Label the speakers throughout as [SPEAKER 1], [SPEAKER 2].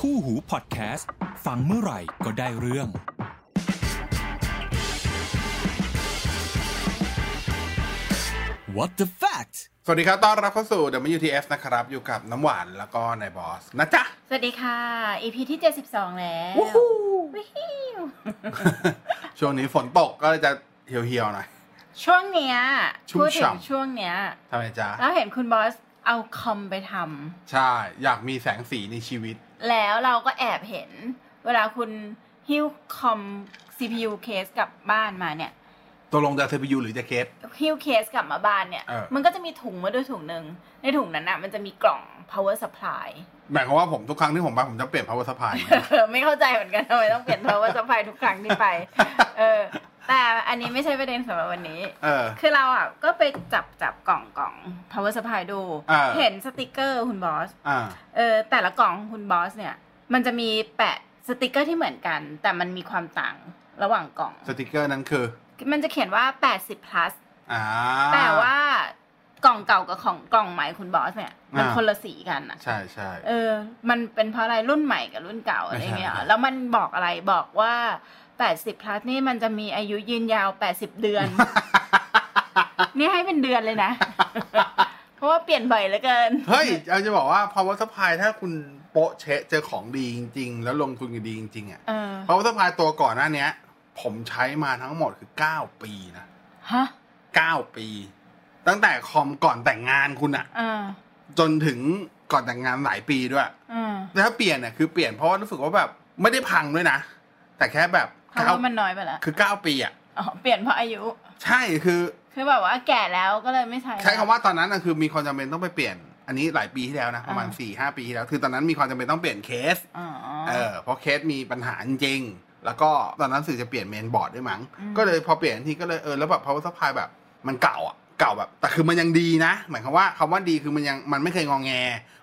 [SPEAKER 1] คู่หูพอดแคสต์ ฟังเมื่อไหร่ก็ได้เรื่อง What the fact
[SPEAKER 2] สวัสดีครับ ต้อนรับเข้าสู่ WTF นะครับ อยู่กับน้ำหวานแล้วก็นายบอส นะ จ๊ะ
[SPEAKER 3] สวัสดีค่ะ EP ที่ 72 แล้ว
[SPEAKER 2] วู้ฮู้
[SPEAKER 3] วิฮิว
[SPEAKER 2] ช่วงนี้ฝนตกก็จะเหี่ยวๆหน่อย
[SPEAKER 3] ช่วงเนี้ย
[SPEAKER 2] ชุ่ม
[SPEAKER 3] พูดถึ
[SPEAKER 2] ฉ่ำ
[SPEAKER 3] งช่วงเนี้ย
[SPEAKER 2] ทำไมจ๊ะ
[SPEAKER 3] แล้วเห็นคุณบอสเอาคอมไปท
[SPEAKER 2] ใช่ อยากมีแสงสีในชีวิต
[SPEAKER 3] ำแล้วเราก็แอบเห็น เวลาคุณหิ้วคอม CPU เคสกลับบ้านมาเนี่ย
[SPEAKER 2] ตัวลงจะ CPU หรือจะเคส
[SPEAKER 3] หิ้วเคสกลับมาบ้านเนี่ย
[SPEAKER 2] เออ
[SPEAKER 3] มันก็จะมีถุงมาด้วยถุงหนึ่งในถุงนั้นอ่ะมันจะมีกล่อง power supply
[SPEAKER 2] หมายความว่าผมทุกครั้งที่ผมมาผมจะเปลี่ยน power supply ไง
[SPEAKER 3] เออไม่เข้าใจเหมือนกันทำไมต้องเปลี่ยน power supply ทุกครั้งที่ไป เออ แต่อันนี้ไม่ใช่ประเด็นสำหรับวันนี้
[SPEAKER 2] เออ
[SPEAKER 3] คือเราอ่ะก็ไปจับจับกล่องกล่อง power supply ดู
[SPEAKER 2] อ่า
[SPEAKER 3] เห็นสติกเกอร์คุณบอส
[SPEAKER 2] อ่า
[SPEAKER 3] เออแต่ละกล่องคุณบอสเนี่ย มันจะมีแปะสติกเกอร์ที่เหมือนกัน แต่มันมีความต่างระหว่างกล่อง
[SPEAKER 2] สติกเกอร์นั้นคือ
[SPEAKER 3] มันจะเขียนว่า 80 plus
[SPEAKER 2] อ่า
[SPEAKER 3] แต่ว่ากล่องเก่ากับของกล่องใหม่คุณบอสเนี่ย มัน
[SPEAKER 2] อ่า
[SPEAKER 3] คนละสีกันอ่ะ
[SPEAKER 2] ใช่ใช่
[SPEAKER 3] เออ มันเป็นเพราะอะไรรุ่นใหม่กับรุ่นเก่าอะไรเงี้ย
[SPEAKER 2] ไม่ใช่
[SPEAKER 3] แล้วมันบอกอะไรบอกว่า 80 plus นี่มันจะมีอายุยืนยาว 80 เดือน นี่ให้เป็นเดือนเลยนะ เพราะว่าเปลี่ยนบ่อยเหลือเกิน
[SPEAKER 2] เฮ้ยเราจะบอกว่า power supply ถ้าคุณโป๊ะเชะเจอของดีจริง ๆ แล้วลงทุนกับดีจริงๆอ่ะ
[SPEAKER 3] เออ
[SPEAKER 2] power supply ตัวก่อนหน้าเนี้ย ผมใช้มาทั้งหมดคือ 9 ปีนะ
[SPEAKER 3] ฮะ
[SPEAKER 2] เก้าปี ตั้งแต่คอมก่อนแต่งงานคุณอะ
[SPEAKER 3] เออ
[SPEAKER 2] จนถึงก่อนแต่งงานหลายปีด้วย
[SPEAKER 3] เออ
[SPEAKER 2] แต่ถ้าเปลี่ยนเนี่ยคือเปลี่ยนเพราะว่ารู้สึกว่าแบบไม่ได้พังด้วยนะ แต่แค่แบบ
[SPEAKER 3] เพราะ
[SPEAKER 2] เก้า
[SPEAKER 3] ว่ามันน้อยไปละ
[SPEAKER 2] คือเก้าปีอะ
[SPEAKER 3] อ๋อ เปลี่ยนเพราะอายุ
[SPEAKER 2] ใช่คือ
[SPEAKER 3] คือแบบว่าแก่แล้วก็เลยไม่ใช้
[SPEAKER 2] ใช้คำ
[SPEAKER 3] แล้ว
[SPEAKER 2] ว่าตอนนั้นน่ะคือมีความจำเป็นต้องไปเปลี่ยน อันนี้หลายปีที่แล้วนะประมาณ
[SPEAKER 3] อ่า
[SPEAKER 2] สี่ห้าปีที่แล้ว คือตอนนั้นมีความจำเป็นต้องเปลี่ยนเคส
[SPEAKER 3] อ๋อ
[SPEAKER 2] เออเพราะเคสมีปัญหาจริงๆแล้วก็ตอนนั้นสื่อจะเปลี่ยนเมนบอร์ดด้วยมั้ง
[SPEAKER 3] อืม
[SPEAKER 2] ก็เลยพอเปลี่ยนทีก็เลยเออแล้วแบบ power supply แบบมันเก่าอ่ะเก่าแบบ แต่คือมันยังดีนะ หมายความว่าคำว่าดีคือมันยังมันไม่เคยงองแง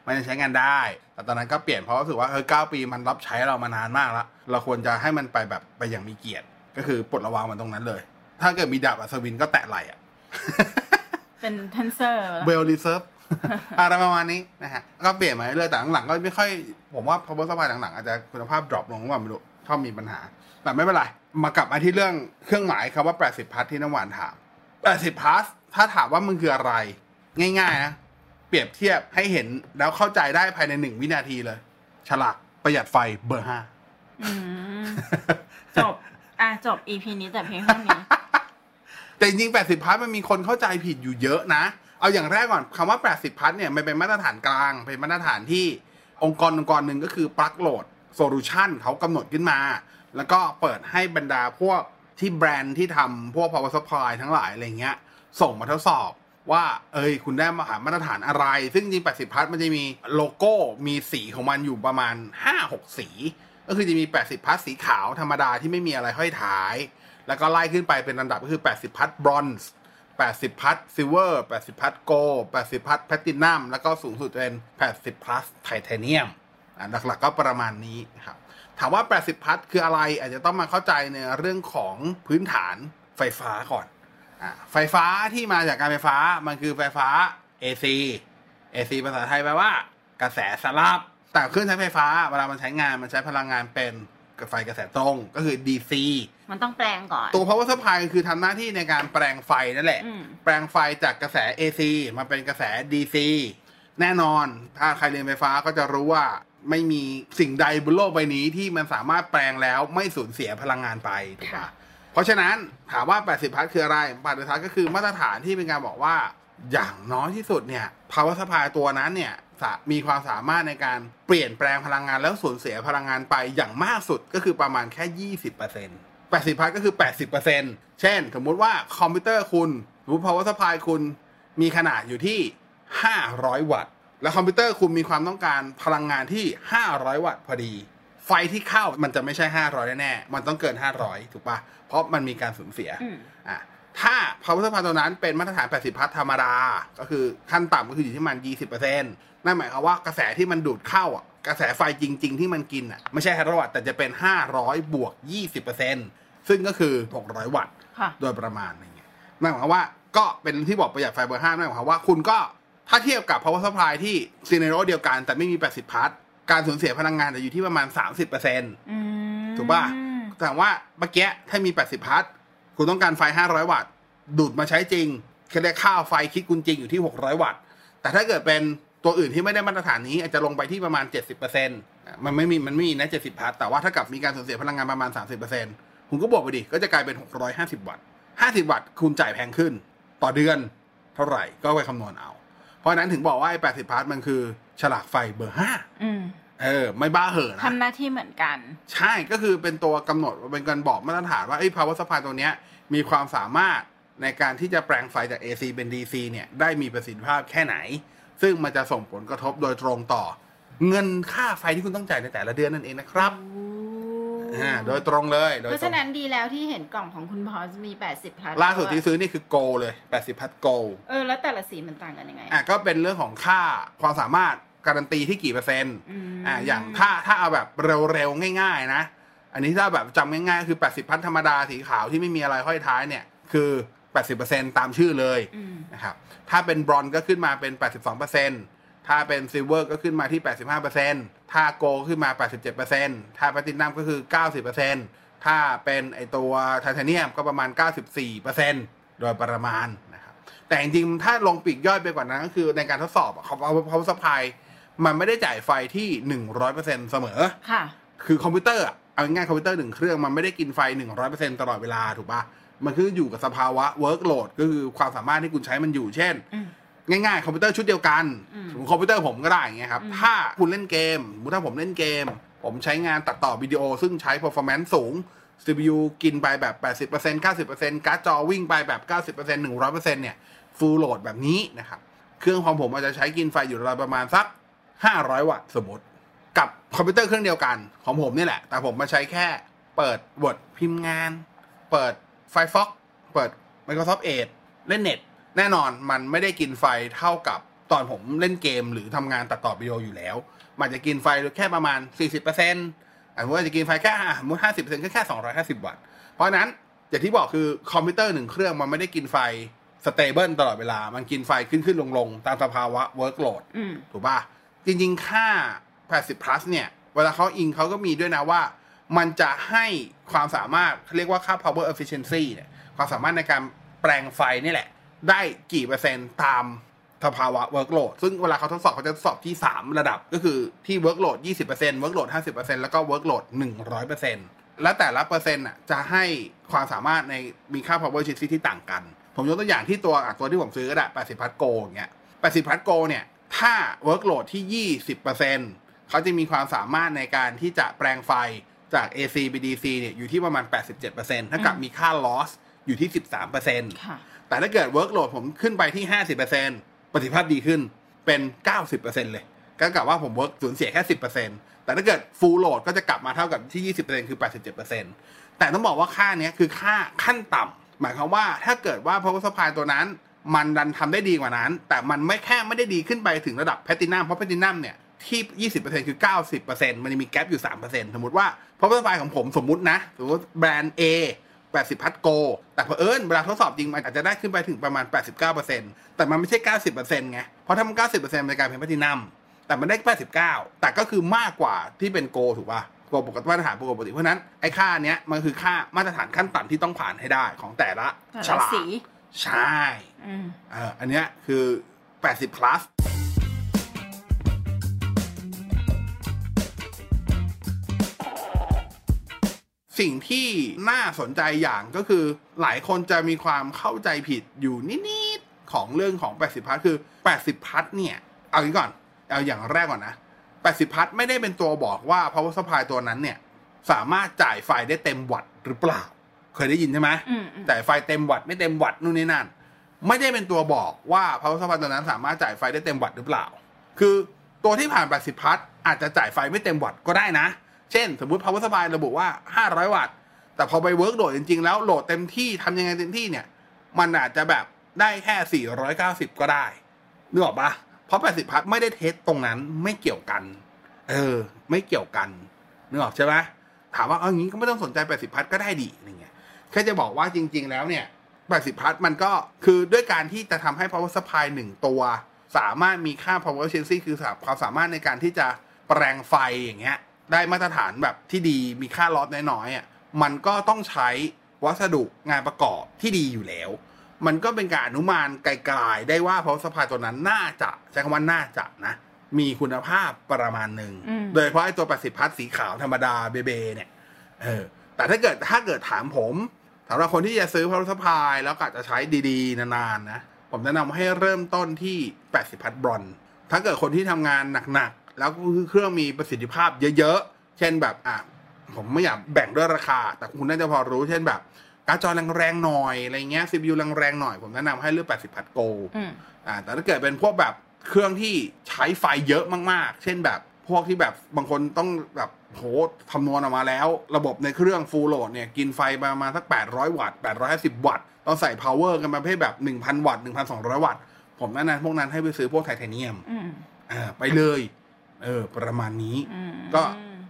[SPEAKER 2] มันยังใช้งานได้ แต่ตอนนั้นก็เปลี่ยนเพราะรู้สึกว่าเออเก้าปีมันรับใช้เรามานานมากละเราควรจะให้มันไปแบบไปอย่างมีเกียรติ ก็คือปลดระวางมันตรงนั้นเลย ถ้าเกิดมีดาบอัศวินก็แตะไหลอ่ะ
[SPEAKER 3] เป็นเทนเซอร์
[SPEAKER 2] เบลรีเซิร์ฟ อะไรประมาณนี้นะฮะ ก็เปลี่ยนมาเรื่อยๆแต่หลังๆก็ไม่ค่อย ผมว่าพอเบอร์สบายหลังๆ อาจจะคุณภาพดรอปลงว่าไม่รู้ชอบมีปัญหา แต่ไม่เป็นไร มากลับมาที่เรื่องเครื่องหมายคำว่า 80พัทที่น้ำหวานถาม 80พัทถ้าถามว่ามันคืออะไร ง่ายๆนะ เปรียบเทียบให้เห็นแล้วเข้าใจได้ภายในหนึ่งวินาทีเลย ฉลากประหยัดไฟเบอร์ห้า
[SPEAKER 3] อืมจบ อ่ะ จบ EP นี้แต่เพียงเท่านี้
[SPEAKER 2] แต่จริงๆ80 พัทมันมีคนเข้าใจผิดอยู่เยอะนะ เอาอย่างแรกก่อนคำว่า 80 พัทเนี่ยมันเป็นมาตรฐานกลาง เป็นมาตรฐานที่องค์กรองค์กรหนึ่งก็คือปลั๊กโหลดโซลูชันเขากำหนดขึ้นมา แล้วก็เปิดให้บรรดาพวกที่แบรนด์ที่ทำพวก power supply ทั้งหลายอะไรเงี้ย ส่งมาทดสอบว่า เอ้ย คุณได้มาหามาตรฐานอะไร ซึ่งจริง 80 พัทมันจะมีโลโก้มีสีของมันอยู่ประมาณ 5-6 สี ก็คือจะมี 80 พัทสีขาวธรรมดาที่ไม่มีอะไรห้อยท้าย แล้วก็ไล่ขึ้นไปเป็นลำดับก็คือ 80 พัทบรอนซ์ 80 พัทซิลเวอร์ 80 พัทโกลด์80 พัทแพลตินัม แล้วก็สูงสุดเป็น 80 พัทไทเทเนียมอ่ะหลักๆก็ประมาณนี้ครับ ถามว่า 80 พัทคืออะไร อาจจะต้องมาเข้าใจในเรื่องของพื้นฐานไฟฟ้าก่อนอ่ะไฟฟ้าที่มาจากการไฟฟ้า มันคือไฟฟ้า AC AC ภาษาไทยแปลว่า กระแสสลับ แต่เครื่องใช้ไฟฟ้าเวลามันใช้งานมันใช้พลังงานเป็นไฟกระแสตรงก็คือ DC
[SPEAKER 3] มันต้องแปลงก่อน
[SPEAKER 2] ตัว power supply คือทำหน้าที่ในการแปลงไฟนั่นแหละ
[SPEAKER 3] อืม
[SPEAKER 2] แปลงไฟจากกระแส AC มาเป็นกระแส DC แน่นอน ถ้าใครเรียนไฟฟ้าก็จะรู้ว่าไม่มีสิ่งใดบนโลกใบนี้ที่มันสามารถแปลงแล้วไม่สูญเสียพลังงานไปถูกปะเพราะฉะนั้นถามว่า 80 พัทคืออะไร 80 พัทก็คือมาตรฐานที่เป็นการบอกว่า อย่างน้อยที่สุดเนี่ย power supply ตัวนั้นเนี่ยสะมีความสามารถในการเปลี่ยนแปลงพลังงานแล้วสูญเสียพลังงานไปอย่างมากสุดก็คือประมาณแค่ 20% 80 พัทก็คือ 80%เช่น สมมุติว่าคอมพิวเตอร์คุณหรือ power supply คุณมีขนาดอยู่ที่ 500 วัตต์ และคอมพิวเตอร์คุณมีความต้องการพลังงานที่ 500 วัตต์พอดี ไฟที่เข้ามันจะไม่ใช่ 500 แน่ๆมันต้องเกิน 500 ถูกปะเพราะมันมีการสูญเสีย
[SPEAKER 3] อืม
[SPEAKER 2] อ่ะถ้า power supply ตัวนั้นเป็นมาตรฐาน 80 พัทธรรมดา ก็คือขั้นต่ำก็คืออยู่ที่มัน 20%นั่นหมายความว่ากระแสที่มันดูดเข้าอ่ะ กระแสไฟจริง ๆ ที่มันกินอ่ะ ไม่ใช่500วัตต์แต่จะเป็น 500 บวก 20%ซึ่งก็คือ 600 วัตต์
[SPEAKER 3] ค่ะ
[SPEAKER 2] โดยประมาณอย่างเงี้ยนั่นหมายความว่าก็เป็นที่บอกประหยัดไฟเบอร์ห้านั่นหมายความว่าคุณก็ถ้าเทียบกับ power supply ที่ซีเนโรเดียวกันแต่ไม่มี 80 พัท การสูญเสียพลังงานจะอยู่ที่ประมาณ 30%เปอร์เซ็นต์
[SPEAKER 3] อืม
[SPEAKER 2] ถูกป่ะ แต่ว่าเมื่อกี้ถ้ามี 80 พัทคุณต้องการไฟ 500 วัตต์ ดูดมาใช้จริงคิดได้ค่าไฟคิดคุณจริงอยู่ที่ 600 วัตต์ แต่ถ้าเกิดเป็นตัวอื่นที่ไม่ได้มาตรฐานนี้ อาจจะลงไปที่ประมาณ 70%อ่ะมันไม่มีมันไม่มีนะ 70 พัทแต่ว่าถ้ากับมีการสูญเสียพลังงานประมาณ 30%คุณก็บวกไปดิ ก็จะกลายเป็น 650 วัตต์ 50 วัตต์คุณจ่ายแพงขึ้น ต่อเดือนเท่าไหร่ก็ไปคำนวณเอา เพราะฉะนั้นถึงบอกว่าไอ้80 พัทมันคือฉลากไฟเบอร์ห้า
[SPEAKER 3] อืม
[SPEAKER 2] เออไม่บ้าเห่อะนะ
[SPEAKER 3] ทำหน้าที่เหมือนกัน
[SPEAKER 2] ใช่ก็คือเป็นตัวกำหนดเป็นการบอกมาตรฐานว่าไอ้ power supply ตัวเนี้ยมีความสามารถในการที่จะแปลงไฟจาก AC เป็น DC เนี่ยได้มีประสิทธิภาพแค่ไหน ซึ่งมันจะส่งผลกระทบโดยตรงต่อ เงินค่าไฟที่คุณต้องจ่ายในแต่ละเดือนนั่นเองนะครับอ่าโดยตรงเลยโดย
[SPEAKER 3] เพราะ
[SPEAKER 2] ตร
[SPEAKER 3] ฉะ
[SPEAKER 2] ง
[SPEAKER 3] นั้นดีแล้วที่เห็นกล่องของคุณพอสมี 80 พลัส
[SPEAKER 2] ล่าสุดที่
[SPEAKER 3] แล้วอะ
[SPEAKER 2] ซื้อนี่คือโกเลย 80 พัดโก
[SPEAKER 3] เออ แล้วแต่ละสีมันต่างกันยังไง
[SPEAKER 2] อ่ะก็เป็นเรื่องของค่าความสามารถการันตีที่กี่เปอร์เซ็นต์
[SPEAKER 3] ม
[SPEAKER 2] อ่าอย่างถ้าถ้าเอาแบบเร็วๆ ง่าย ๆ นะ อันนี้ถ้าแบบจำง่ายๆก็คือ 80 พันธรรมดาสีขาวที่ไม่มีอะไรห้อยท้ายเนี่ย คือ 80%ตามชื่อเลย
[SPEAKER 3] อืม
[SPEAKER 2] นะครับถ้าเป็นบรอนก็ขึ้นมาเป็น 82%ถ้าเป็นซิลเวอร์ก็ขึ้นมาที่ 85%ถ้าโกลด์ขึ้นมา 87%ถ้าแพลตินัมก็คือ 90%ถ้าเป็นไอตัวไทเทเนียมก็ประมาณ 94%โดยประมาณนะครับแต่จริงๆถ้าลงปลีกย่อยไปกว่านั้นก็คือในการทดสอบอะเขาเอาเขาสปาย มันไม่ได้จ่ายไฟที่หนึ่งร้อยเปอร์เซ็นเสมอ
[SPEAKER 3] ค่ะ
[SPEAKER 2] คือคอมพิวเตอร์อะเอาง่ายๆคอมพิวเตอร์หนึ่งเครื่องมันไม่ได้กินไฟหนึ่งร้อยเปอร์เซ็นตลอดเวลาถูกปะมันคืออยู่กับสภาวะ workload ก็คือความสามารถที่คุณใช้มันอยู่ เช่น
[SPEAKER 3] อืม
[SPEAKER 2] ง่ายๆคอมพิวเตอร์ชุดเดียวกัน
[SPEAKER 3] อืม
[SPEAKER 2] สมมุติคอมพิวเตอร์ผมก็ได้อย่างเงี้ยครับ
[SPEAKER 3] อืม
[SPEAKER 2] ถ้าคุณเล่นเกมสมมุติถ้าผมเล่นเกม ผมใช้งานตัดต่อวิดีโอ ซึ่งใช้ performance สูง CPU กินไปแบบ 80% 90%การ์ดจอวิ่งไปแบบ 90% 100%เนี่ย full load แบบนี้นะครับ เครื่องของผมอาจจะใช้กินไฟอยู่ราวประมาณสัก 500 วัตต์สมมติ กับคอมพิวเตอร์เครื่องเดียวกันของผมนี่แหละ แต่ผมมาใช้แค่เปิด Word พิมพ์งาน เปิด Firefox เปิด Microsoft Edge เล่นเน็ต แน่นอนมันไม่ได้กินไฟเท่ากับตอนผมเล่นเกมหรือทำงานตัดต่อวิดีโออยู่แล้ว มันจะกินไฟแค่ประมาณ 40%อต่ะว่าจะกินไฟแค่อ่ะสมมุติ50%ก็แค่ 250 วัตต์ เพราะฉะนั้นอย่างที่บอกคือคอมพิวเตอร์หนึ่งเครื่องมันไม่ได้กินไฟสเตเบิลตลอดเวลา มันกินไฟขึ้นขึ้นลงลงๆตามสภาวะ workload
[SPEAKER 3] อืม
[SPEAKER 2] ถูกป่ะ จริงๆ ค่า 80 plus เนี่ย เวลาเขาอิงเขาก็มีด้วยนะว่า มันจะให้ความสามารถเขาเรียกว่าค่า power efficiency เนี่ย ความสามารถในการแปลงไฟนี่แหละ ได้กี่เปอร์เซ็นต์ตามสภาวะ workload ซึ่งเวลาเขาทดสอบเขาจะทดสอบที่ 3 ระดับก็คือที่ workload 20% workload 50%แล้วก็ workload 100%และแต่ละเปอร์เซ็นต์อ่ะจะให้ความสามารถในมีค่า power efficiency ที่ต่างกัน ผมยกตัวอย่างที่ตัวอ่ะตัวที่ผมซื้อก็ได้80พัทโกอย่างเงี้ย 80พัทโกเนี่ย ถ้า workload ที่ 20%เขาจะมีความสามารถในการที่จะแปลงไฟจาก AC ไป DC เนี่ยอยู่ที่ประมาณ 87%ถ้ากับ
[SPEAKER 3] อืม
[SPEAKER 2] มีค่า loss อยู่ที่ 13%
[SPEAKER 3] ค่ะ
[SPEAKER 2] แต่ถ้าเกิด workload ผมขึ้นไปที่ 50%ประสิทธิภาพดีขึ้นเป็น 90%เลยก็กลับว่าผม work สูญเสียแค่ 10%แต่ถ้าเกิด full load ก็จะกลับมาเท่ากับที่ 20%คือ 87%แต่ต้องบอกว่าค่าเนี้ยคือค่าขั้นต่ำหมายความว่าถ้าเกิดว่า power supply ตัวนั้น มันดันทำได้ดีกว่านั้น แต่มันไม่แค่ไม่ได้ดีขึ้นไปถึงระดับ platinum เพราะ platinum เนี่ยที่ 20%คือ 90%มันจะมีแกลบอยู่ 3%สมมติว่า power supply ของผมสมมตินะสมมติแบรนด์ A 80 พัดโก แต่เผอิญเวลาทดสอบจริงมันอาจจะได้ขึ้นไปถึงประมาณ 89%แต่มันไม่ใช่ 90%ไง เพราะถ้ามัน90%มันจะกลายเป็นแพลตินัม แต่มันได้ 89 แต่ก็คือมากกว่าที่เป็นโกถูกป่ะโกปกติมาตรฐานปกติ เพราะฉะนั้น ไอ้ค่าเนี้ยมันคือค่ามาตรฐานขั้นต่ำที่ต้องผ่านให้ได้ของแต่ละ
[SPEAKER 3] แต่
[SPEAKER 2] ฉ
[SPEAKER 3] ละ
[SPEAKER 2] ลาก
[SPEAKER 3] สี
[SPEAKER 2] ใช่
[SPEAKER 3] อืม
[SPEAKER 2] เอออันเนี้ยคือ 80 plus สิ่งที่น่าสนใจอย่างก็คือหลายคนจะมีความเข้าใจผิดอยู่นิดๆของเรื่องของ 80 พัทคือ 80 พัทเนี่ย เอางี้ก่อน เอาอย่างแรกก่อนนะ 80 พัทไม่ได้เป็นตัวบอกว่า power supply ตัวนั้นเนี่ย สามารถจ่ายไฟได้เต็มวัตต์หรือเปล่า เคยได้ยินใช่ไหม
[SPEAKER 3] อืมอืม
[SPEAKER 2] จ่ายไฟเต็มวัตต์ไม่เต็มวัตต์นู่นนี่นั่น ไม่ได้เป็นตัวบอกว่า power supply ตัวนั้นสามารถจ่ายไฟได้เต็มวัตต์หรือเปล่า คือตัวที่ผ่าน 80 พัทอาจจะจ่ายไฟไม่เต็มวัตต์ก็ได้นะ เช่น สมมุติ power supply ระบุว่า 500 วัตต์ แต่พอไปเวิร์กโหลดจริงๆ แล้วโหลดเต็มที่ทำยังไงเต็มที่เนี่ย มันอาจจะแบบได้แค่ 490 ก็ได้นึกออกปะเพราะ 80 พัทไม่ได้เทสตรงนั้นไม่เกี่ยวกัน เออ ไม่เกี่ยวกันนึกออกใช่ไหมถามว่าเอางี้ก็ไม่ต้องสนใจ 80 พัทก็ได้ดีอะไรเงี้ยแค่จะบอกว่าจริง ๆ แล้วเนี่ย 80 พัทมันก็คือด้วยการที่จะทำให้ power supply 1 ตัว สามารถมีค่า power efficiency คือความสามารถในการที่จะแป แปลงไฟอย่างเงี้ย ได้มาตรฐานแบบที่ดีมีค่าลอสน้อยๆอ่ะมันก็ต้องใช้วัสดุงานประกอบที่ดีอยู่แล้ว มันก็เป็นการอนุมานไกลๆได้ว่าเพราะสภาตัวนั้นน่าจะใช้คำว่าน่าจะนะ มีคุณภาพประมาณหนึ่ง
[SPEAKER 3] อืม
[SPEAKER 2] โดยเฉพาะไอ้ตัว80พัทสีขาวธรรมดาเบเบเนี่ย เออแต่ถ้าเกิดถ้าเกิดถามผมสำหรับคนที่จะซื้อพารุสพายแล้วกะจะใช้ดีๆ นานๆนะ ผมแนะนำให้เริ่มต้นที่ 80 พัดบรอนซ์ถ้าเกิดคนที่ทำงานหนักๆ แล้วเครื่องมีประสิทธิภาพเยอะๆ เช่นแบบอ่ะผมไม่อยากแบ่งด้วยราคา แต่คุณน่าจะพอรู้เช่นแบบ การ์ดจอแรงๆหน่อยอะไรเงี้ย CPU แรงๆหน่อย ผมแนะนำให้เลือก 80 พัดโกล
[SPEAKER 3] อืม
[SPEAKER 2] อ่าแต่ถ้าเกิดเป็นพวกแบบเครื่องที่ใช้ไฟเยอะมากๆ เช่นแบบพวกที่แบบบางคนต้องแบบโหคำนวณออกมาแล้ว ระบบในเครื่องฟูลโหลดเนี่ย กินไฟประมาณสัก 800 วัตต์ 850 วัตต์ ต้องใส่ power กันประเภทแบบ 1,000 วัตต์ 1,200 วัตต์ ผมแนะนำพวกนั้นให้ไปซื้อพวกไทเทเนียม
[SPEAKER 3] อืม
[SPEAKER 2] อ่าไปเลย เออ ประมาณนี้
[SPEAKER 3] อืม
[SPEAKER 2] ก็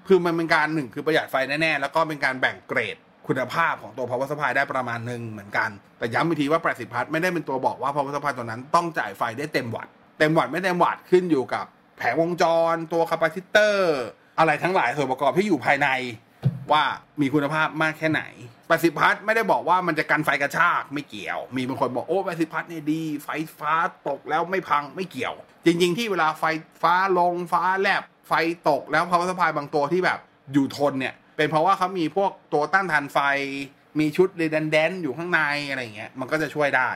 [SPEAKER 2] คือมันเป็นการหนึ่งคือประหยัดไฟแน่ๆ แล้วก็เป็นการแบ่งเกรดคุณภาพของตัว power supply ได้ประมาณหนึ่งเหมือนกัน แต่ย้ำอีกทีว่า 80 พัทไม่ได้เป็นตัวบอกว่า power supply ตัวนั้นต้องจ่ายไฟได้เต็มวัตต์เต็มวัตต์ไม่เต็มวัตต์ขึ้นอยู่กับแผงวงจร ตัว capacitor อะไรทั้งหลายส่วนประกอบที่อยู่ภายใน ว่ามีคุณภาพมากแค่ไหน 80 พัทไม่ได้บอกว่ามันจะกันไฟกระชากไม่เกี่ยว มีบางคนบอกโอ้ 80 พัทเนี่ยดี ไฟฟ้าตกแล้วไม่พังไม่เกี่ยว จริง ๆ ที่เวลาไฟฟ้าลงฟ้าแลบ ไฟตกแล้วพาวเวอร์สปายบางตัวที่แบบอยู่ทนเนี่ย เป็นเพราะว่าเขามีพวกตัวต้านทานไฟ มีชุดเรดันแดนอยู่ข้างในอะไรอย่างเงี้ย มันก็จะช่วยได้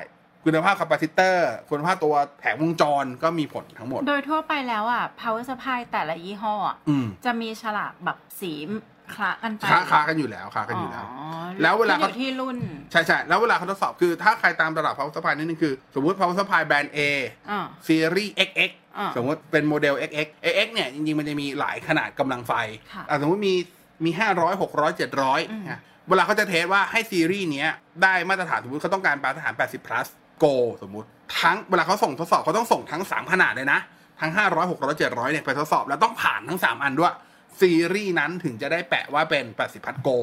[SPEAKER 2] คุณภาพคาปาซิเตอร์คุณภาพตัวแผงวงจรก็มีผลทั้งหมด
[SPEAKER 3] โดยทั่วไปแล้วอ่ะ power supply แต่ละยี่ห้ออะ
[SPEAKER 2] อืม
[SPEAKER 3] จะมีฉลากแบบสีคละกันไป
[SPEAKER 2] ค้าค้ากันอยู่แล้วค้ากันอยู่แล้ว แล้วเวลา
[SPEAKER 3] ขึ้น
[SPEAKER 2] เขา
[SPEAKER 3] อยู่ที่รุ่น
[SPEAKER 2] ใช่ใช่แล้วเวลาเขาทดสอบคือถ้าใครตามตลาดพาวเวอร์สปายนิดนึงคือ สมมติพาวเวอร์สปายแบรนด์ A
[SPEAKER 3] อ่า
[SPEAKER 2] ซีรีส์ XX
[SPEAKER 3] อ่า
[SPEAKER 2] สมมติเป็นโมเดล XX XX เนี่ย จริง ๆ มันจะมีหลายขนาดกำลังไฟ
[SPEAKER 3] ค่ะ
[SPEAKER 2] อ่ะสมมติมีมี 500 600
[SPEAKER 3] อืม
[SPEAKER 2] 700นะเวลาเขาจะเทสว่าให้ซีรีส์เนี้ย ได้มาตรฐานสมมติเขาต้องการมาตรฐาน 80 plus go สมมติทั้งเวลาเขาส่งทดสอบเขาต้องส่งทั้ง 3 ขนาดเลยนะ ทั้ง 500 600 700 เนี่ย ไปทดสอบ แล้วต้องผ่านทั้ง 3 อันด้วย ซีรีส์นั้นถึงจะได้แปะว่าเป็น 80 plus go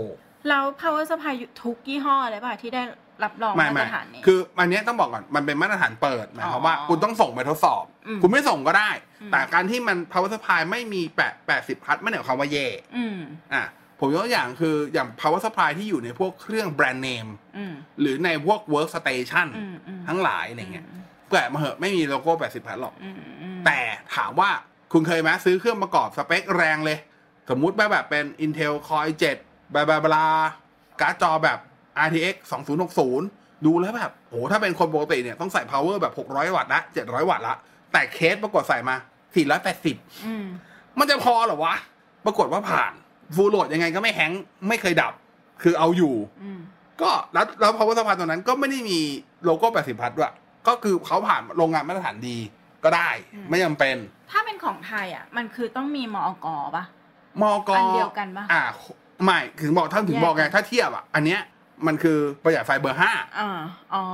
[SPEAKER 3] แล้ว power supply ทุกยี่ห้อเลยป่ะ ที่ได้รับรอง
[SPEAKER 2] ไม่
[SPEAKER 3] มาต
[SPEAKER 2] ไม่
[SPEAKER 3] รฐานนี้
[SPEAKER 2] คืออันเนี้ยต้องบอกก่อน มันเป็นมาตรฐานเปิดหมายความว่า
[SPEAKER 3] อ๋อ
[SPEAKER 2] คุณต้องส่งไปทดสอบ
[SPEAKER 3] อืม
[SPEAKER 2] คุณไม่ส่งก็ได้
[SPEAKER 3] อืม
[SPEAKER 2] แต่การที่มัน power supply ไม่มีแปะ80 พัทไม่ได้หมายความว่าแย่
[SPEAKER 3] อืม
[SPEAKER 2] อ่ะ ผมยกตัวอย่างคืออย่าง power supply ที่อยู่ในพวกเครื่องแบรนด์เนม
[SPEAKER 3] อืม
[SPEAKER 2] หรือในพวก work station
[SPEAKER 3] อืมอืม
[SPEAKER 2] ทั้งหลายอะไรเงี้ยแปะมาเหอะไม่มีโลโก้ 80 พัทหรอก
[SPEAKER 3] อืมอืม
[SPEAKER 2] แต่ถามว่าคุณเคยไหมซื้อเครื่องประกอบสเปคแรงเลย สมมุติว่าแบบเป็น Intel Core i7 บลาบลาบลาการ์ดจอแบบ RTX 2060 ดูแล้วแบบโหถ้าเป็นคนปกติเนี่ยต้องใส่ power แบบ 600 วัตต์ละ 700 วัตต์ละ แต่เคสปรากฏใส่มา 480
[SPEAKER 3] อืม
[SPEAKER 2] มันจะพอเหรอวะ ปรากฏว่าผ่านฟูลโหลดยังไงก็ไม่แฮงก์ไม่เคยดับ คือเอาอยู่
[SPEAKER 3] อืม
[SPEAKER 2] ก็แล้วแล้ว power supply ตัวนั้นก็ไม่ได้มีโลโก้ 80 พัทด้วย ก็คือเขาผ่านโรงงานมาตรฐานดีก็ได้
[SPEAKER 3] อืม
[SPEAKER 2] ไม่จำเป็น
[SPEAKER 3] ถ้าเป็นของไทยอ่ะ มันคือต้องมีมอกอป่ะ
[SPEAKER 2] มก
[SPEAKER 3] อันเดียวกันปะ
[SPEAKER 2] อ่าไม่ถึงบอกท่านถึงบอก
[SPEAKER 3] แย
[SPEAKER 2] ไง
[SPEAKER 3] กกัน
[SPEAKER 2] ถ้าเทียบอ่ะ อันเนี้ยมันคือประหยัดไฟเบอร์ห้า
[SPEAKER 3] อ่าอ๋อ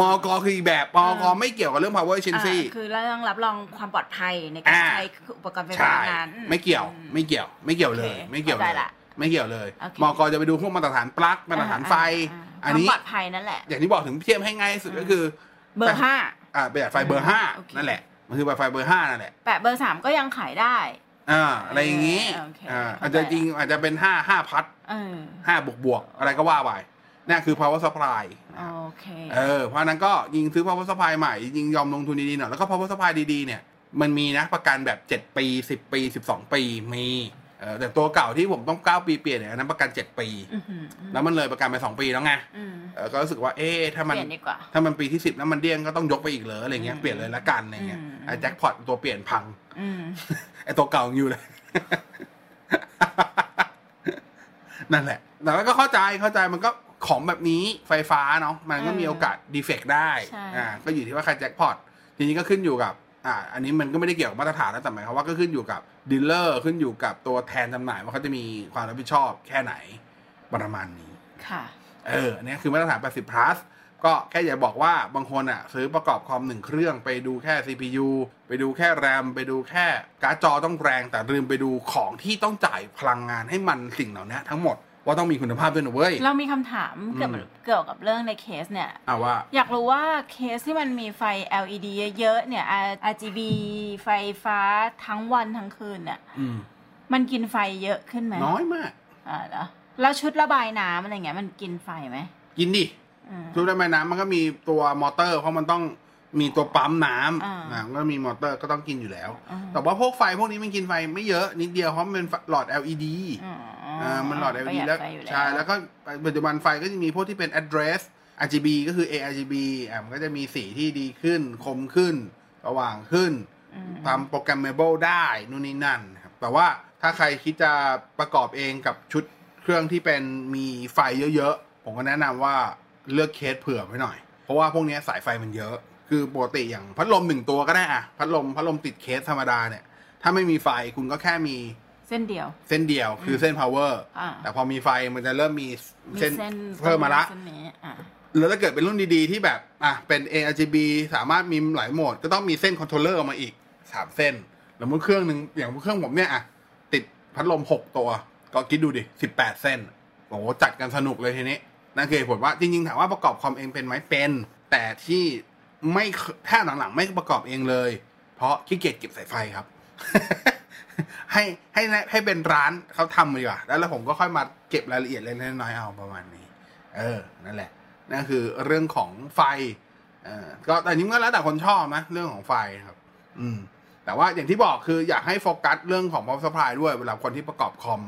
[SPEAKER 2] มกคืออีกแบบมก
[SPEAKER 3] อ่า
[SPEAKER 2] ไม่เกี่ยวกับเรื่อง power
[SPEAKER 3] อ่า
[SPEAKER 2] efficiency
[SPEAKER 3] คือเราต้องรับรองความปลอดภัยในการ
[SPEAKER 2] อ่า
[SPEAKER 3] ใช้อุปกรณ์ไฟฟ้า
[SPEAKER 2] ใช่
[SPEAKER 3] นั้น
[SPEAKER 2] ไม่เกี่ยวไม่เกี่ยว ไม่เกี่ยวเลย
[SPEAKER 3] โอเค
[SPEAKER 2] ไม่เกี่ยวเล
[SPEAKER 3] เข้าย ใจละ
[SPEAKER 2] ไม่เกี่ยวเลย
[SPEAKER 3] โอเค
[SPEAKER 2] มกจะไปดูพวกมาตรฐานปลั๊กมาตรฐานไฟ
[SPEAKER 3] อั
[SPEAKER 2] อั
[SPEAKER 3] น
[SPEAKER 2] น
[SPEAKER 3] นี้
[SPEAKER 2] นี้
[SPEAKER 3] ปลอดภัยนั่นแหละ
[SPEAKER 2] อย่างที่บอกถึงเทียบให้ง่ายที่สุด
[SPEAKER 3] อืม
[SPEAKER 2] ก็คือ
[SPEAKER 3] เบอร์ห้า
[SPEAKER 2] อ่าประหยัดไฟเบอร์ห้า
[SPEAKER 3] โอเค
[SPEAKER 2] นั่นแหละมันคือประหยัดไฟเบอร์ห้านั่นแหละ
[SPEAKER 3] แปะเบอร์สามก็ยังขายได้
[SPEAKER 2] อ่าอะไรอย่างนี้
[SPEAKER 3] โอเค
[SPEAKER 2] อ่า
[SPEAKER 3] เข้าใจละ
[SPEAKER 2] อาจจะจริงอาจจะเป็นห้าห้าพัด
[SPEAKER 3] เออ
[SPEAKER 2] ห้าบวกบวกๆอะไรก็ว่าไปนั่นคือ power supply นะครับ
[SPEAKER 3] โอเค
[SPEAKER 2] เออเพราะฉะนั้นก็ยิงซื้อ power supply ใหม่ ยิงยอมลงทุนดีๆหน่อยแล้วก็ power supply ดีๆเนี่ย มันมีนะประกันแบบ 7 ปี 10 ปี 12 ปีมีเออแต่ตัวเก่าที่ผมต้อง 9 ปีเปลี่ยนเนี่ยอันนั้นประกัน 7 ปี
[SPEAKER 3] อือหือ
[SPEAKER 2] แล้วมันเลยประกันไป 2 ปีแล้วไง
[SPEAKER 3] อืม
[SPEAKER 2] เออก็รู้สึกว่าเอ๊ะถ้ามัน
[SPEAKER 3] เปลี่ยนดีกว่า
[SPEAKER 2] ถ้ามันปีที่ 10 แล้วมันเดี้ยงก็ต้องยกไปอีกเหรออะไรเงี้ย
[SPEAKER 3] อืม
[SPEAKER 2] เปลี่ยนเลยละกันอะไรเงี้ย
[SPEAKER 3] อืม
[SPEAKER 2] ไอ้แจ็คพอตตัวเปลี่ยนพัง
[SPEAKER 3] อืม
[SPEAKER 2] ไอ้ตัวเก่ายังอยู่เลย นั่นแหละแต่ว่าก็เข้าใจเข้าใจมันก็ของแบบนี้ไฟฟ้าเนาะมันก็มีโอกาสดีเฟกต์ได้
[SPEAKER 3] ใช่
[SPEAKER 2] อ่าก็อยู่ที่ว่าใครแจ็คพอตทีนี้ก็ขึ้นอยู่กับอ่าอันนี้มันก็ไม่ได้เกี่ยวกับมาตรฐานนะแต่หมายความว่าก็ขึ้นอยู่กับดีลเลอร์ขึ้นอยู่กับตัวแทนจำหน่ายว่าเขาจะมีความรับผิดชอบแค่ไหนประมาณนี้
[SPEAKER 3] ค่ะ
[SPEAKER 2] เอออันนี้คือมาตรฐาน 80 plus ก็แค่อย่าบอกว่าบางคนอ่ะซื้อประกอบคอมหนึ่งเครื่องไปดูแค่ CPU ไปดูแค่แรมไปดูแค่การ์ดจอต้องแรง แต่ลืมไปดูของที่ต้องจ่ายพลังงานให้มันสิ่งเหล่านี้ทั้งหมด ว่าต้องมีคุณภาพด้วยนะเว้ย
[SPEAKER 3] เรามีคำถามเกี่ยวกับเกี่ยวกับเรื่องในเคสเนี่ย
[SPEAKER 2] อ่าว่า
[SPEAKER 3] อยากรู้ว่าเคสที่มันมีไฟ LED เยอะๆเนี่ย R- RGB ไฟฟ้าทั้งวันทั้งคืนเนี่ย
[SPEAKER 2] อืม
[SPEAKER 3] มันกินไฟเยอะขึ้นไหม
[SPEAKER 2] น้อยมาก
[SPEAKER 3] อ่าเหรอแล้วชุดระบายน้ำอะไรเงี้ยมันกินไฟไหม
[SPEAKER 2] กินดิ
[SPEAKER 3] อืม
[SPEAKER 2] รู้ได้ไหมน้ำมันก็มีตัวมอเตอร์ เพราะมันต้องมีตัวปั๊มน้
[SPEAKER 3] อ่า
[SPEAKER 2] ำนะมันก็มีมอเตอร์ก็ต้องกินอยู่แล้ว
[SPEAKER 3] อ่า
[SPEAKER 2] แต่ว่าพวกไฟพวกนี้มันกินไฟไม่เยอะนิดเดียวเพราะมันเป็นหลอด LED
[SPEAKER 3] อ๋อ
[SPEAKER 2] อ่ามันหลอด
[SPEAKER 3] ประ
[SPEAKER 2] LED
[SPEAKER 3] ยั
[SPEAKER 2] แล้ว
[SPEAKER 3] ไฟอยู่
[SPEAKER 2] ใช่ แล้วก็ปัจจุบันไฟก็จะมีพวกที่เป็น address RGB ก็คือ ARGB อ่ามันก็จะมีสีที่ดีขึ้น คมขึ้น สว่างขึ้น
[SPEAKER 3] อืม
[SPEAKER 2] ทำโปรแกรมเมเบิลได้นู่นนี่นั่นนะครับแต่ว่าถ้าใครคิดจะประกอบเองกับชุดเครื่องที่เป็นมีไฟเยอะๆ ผมก็แนะนำว่าเลือกเคสเผื่อไว้หน่อย เพราะว่าพวกเนี้ยสายไฟมันเยอะ คือปกติอย่างพัดลมหนึ่งตัวก็ได้อะพัดลมพัดลมติดเคสธรรมดาเนี่ย ถ้าไม่มีไฟคุณก็แค่มี
[SPEAKER 3] เส้นเดียว
[SPEAKER 2] เส้นเดียวคือเส้น power
[SPEAKER 3] อ่า
[SPEAKER 2] แต่พอมีไฟมันจะเริ่มมี
[SPEAKER 3] มี
[SPEAKER 2] เส้น
[SPEAKER 3] เส้น
[SPEAKER 2] เพิ่มมาละ
[SPEAKER 3] เส้นนี้อ่ะ
[SPEAKER 2] แล้วถ้าเกิดเป็นรุ่นดีๆ ที่แบบ อ่ะ เป็น ARGB สามารถมีหลายโหมด ก็ต้องมีเส้นคอนโทรลเลอร์ออกมาอีกสามเส้น แล้วมือเครื่องหนึ่งอย่างเครื่องผมเนี่ย อ่ะ ติดพัดลมหกตัว ก็คิดดูดิสิบแปดเส้น โอ้โห จัดกันสนุกเลยทีนี้ นั่นคือเหตุผลว่าจริงๆ ถามว่าประกอบคอมเองเป็นไหมเป็น แต่ที่ไม่เคแท้หลังๆ ไม่ประกอบเองเลย เพราะขี้เกียจเก็บสายไฟครับ ให้ให้นะให้เป็นร้านเขาทำดีกว่าแล้วแล้วผมก็ค่อยมาเก็บรายละเอียดเล็กๆน้อยๆเอาประมาณนี้ เออ นั่นแหละ นั่นคือเรื่องของไฟ เออก็แต่นี้มันก็แล้วแต่คนชอบนะเรื่องของไฟครับ อืม แต่ว่าอย่างที่บอกคืออยากให้โฟกัสเรื่องของ power supply ด้วยเวลาคนที่ประกอบคอม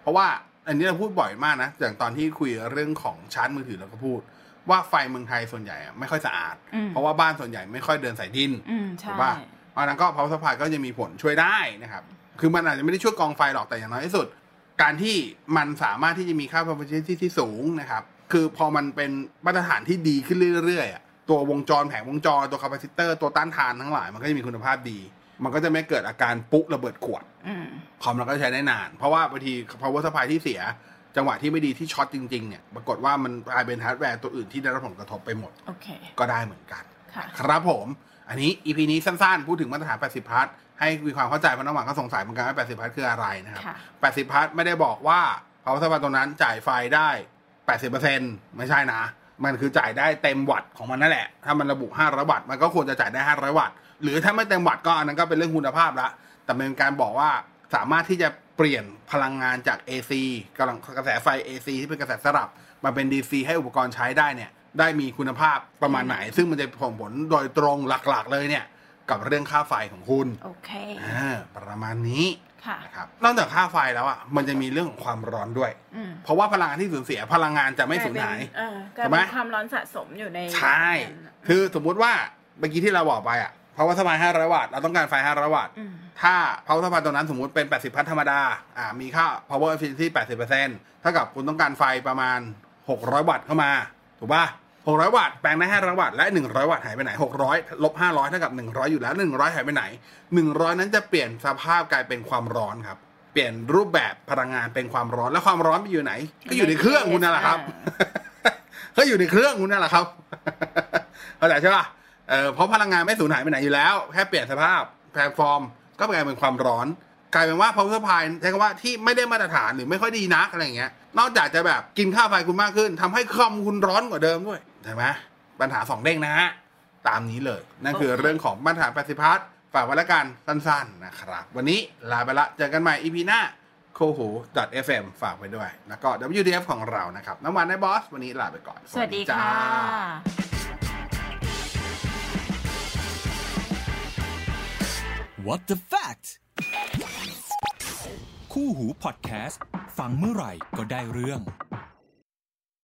[SPEAKER 2] เพราะว่าอันนี้เราพูดบ่อยมากนะ อย่างตอนที่คุยเรื่องของชาร์จมือถือเราก็พูด ว่าไฟเมืองไทยส่วนใหญ่อะไม่ค่อยสะอาด
[SPEAKER 3] อืม
[SPEAKER 2] เพราะว่าบ้านส่วนใหญ่ไม่ค่อยเดินสายดิน
[SPEAKER 3] อืม
[SPEAKER 2] ถู
[SPEAKER 3] ใช่
[SPEAKER 2] กป่ะเพราะฉะนั้นก็ power supply ก็จะมีผลช่วยได้นะครับ คือมันอาจจะไม่ได้ช่วยกองไฟหรอกแต่อย่างน้อยที่สุด การที่มันสามารถที่จะมีค่า performance ที่สูงนะครับ คือพอมันเป็นมาตรฐานที่ดีขึ้นเรื่อยๆอะตัววงจรแผงวงจรตัว capacitor ตัวต้านทานทั้งหลาย มันก็จะมีคุณภาพดี มันก็จะไม่เกิดอาการปุ๊ระเบิดขวด
[SPEAKER 3] อืม
[SPEAKER 2] คอมเราก็ใช้ได้นาน เพราะว่าบางที power supply ที่เสีย จังหวะที่ไม่ดีที่ช็อตจริงๆเนี่ยปรากฏว่ามันกลายเป็นฮาร์ดแวร์ตัวอื่นที่ได้รับผลกระทบไปหมด
[SPEAKER 3] โอเค
[SPEAKER 2] ก็ได้เหมือนกัน
[SPEAKER 3] ค่ะ
[SPEAKER 2] ครับผม อันนี้ EP นี้สั้นๆ พูดถึงมาตรฐาน 80 พาร์ท ให้มีความเข้าใจเพราะน้องหวังก็สงสัยเหมือนกันว่า 80 พาร์ทคืออะไรนะครั
[SPEAKER 3] ค่ะ
[SPEAKER 2] บ 80 พาร์ทไม่ได้บอกว่าพาวเวอร์สปาตรงนั้นจ่ายไฟได้ 80%ไม่ใช่นะ มันคือจ่ายได้เต็มวัตต์ของมันนั่นแหละ ถ้ามันระบุ 500 วัตต์ มันก็ควรจะจ่ายได้ 500 วัตต์ หรือถ้าไม่เต็มวัตต์ก็อันนั้นก็เป็นเรื่องคุณภาพละ แต่เป็นการบอกว่าสามารถที่จะเปลี่ยนพลังงานจาก AC กำลังกระแสไฟ AC ที่เป็นกระแสสลับ มาเป็น DC ให้อุปกรณ์ใช้ได้เนี่ย ได้มีคุณภาพประมาณไหน ซึ่งมันจะส่งผลโดยตรงหลักๆ เลยเนี่ย กับเรื่องค่าไฟของคุณ
[SPEAKER 3] โอเค
[SPEAKER 2] อ่าประมาณนี้
[SPEAKER 3] ค่ะ
[SPEAKER 2] นะครับนอกจากค่าไฟแล้วอ่ะมันจะมีเรื่องของความร้อนด้วย
[SPEAKER 3] อืม
[SPEAKER 2] เพราะว่าพลังงานที่สูญเสียพลังงานจะไม่สูญหาย
[SPEAKER 3] เออ
[SPEAKER 2] ถู
[SPEAKER 3] กลาย
[SPEAKER 2] กไหม
[SPEAKER 3] เป็นความร้อนสะสมอยู่ใน
[SPEAKER 2] ใช่
[SPEAKER 3] นั้นน่ะ
[SPEAKER 2] คือสมมุติว่าเมื่อกี้ที่เราบอกไปอ่ะเพราะว่าสมาย500 วัตต์เราต้องการไฟ 500 วัตต์
[SPEAKER 3] อืม
[SPEAKER 2] ถ้า power supply ตรงนั้นสมมุติเป็น 80 พัทธรรมดา อ่า มีค่า power efficiency 80%เท่ากับคุณต้องการไฟประมาณ 600 วัตต์เข้ามา ถูกป่ะ 600 วัตต์แปลงได้ 500 วัตต์ และ 100 วัตต์หายไปไหน 600 ลบ 500 เท่ากับ 100 อยู่แล้ว 100 หายไปไหน 100 นั้นจะเปลี่ยนสภาพกลายเป็นความร้อนครับ เปลี่ยนรูปแบบพลังงานเป็นความร้อน แล้วความร้อนไปอยู่ไหน ก็อยู่ในเครื่องคุณนั่นแหละครับ ก็อยู่ในเครื่องคุณนั่นแหละครับ เข้าใจใช่ป่ะเออเพราะพลังงานไม่สูญหายไปไหนอยู่แล้ว แค่เปลี่ยนสภาพแพลตฟอร์ม ก็กลายเป็นความร้อน กลายเป็นว่า power supply ใช้คำว่าที่ไม่ได้มาตรฐานหรือไม่ค่อยดีนักอะไรอย่างเงี้ย นอกจากจะแบบกินค่าไฟคุณมากขึ้นทำให้คอมคุณร้อนกว่าเดิมด้วยใช่ไหมปัญหาสองเด้งนะฮะ ตามนี้เลย นั่นคือเรื่องของมาตรฐานประสิทธิภาพฝากไว้ละกันสั้นๆนะครับ วันนี้ลาไปละ เจอกันใหม่ EP หน้า c o h o .fm ฝากไว้ด้วย แล้วก็ WDF ของเรานะครับ น้ำมันในบอส วันนี้ลาไปก่อน
[SPEAKER 3] สวัสดีค่ะ
[SPEAKER 1] What the fact คู่หูพอดแคสต์ฟังเมื่อไหร่ก็ได้เรื่อง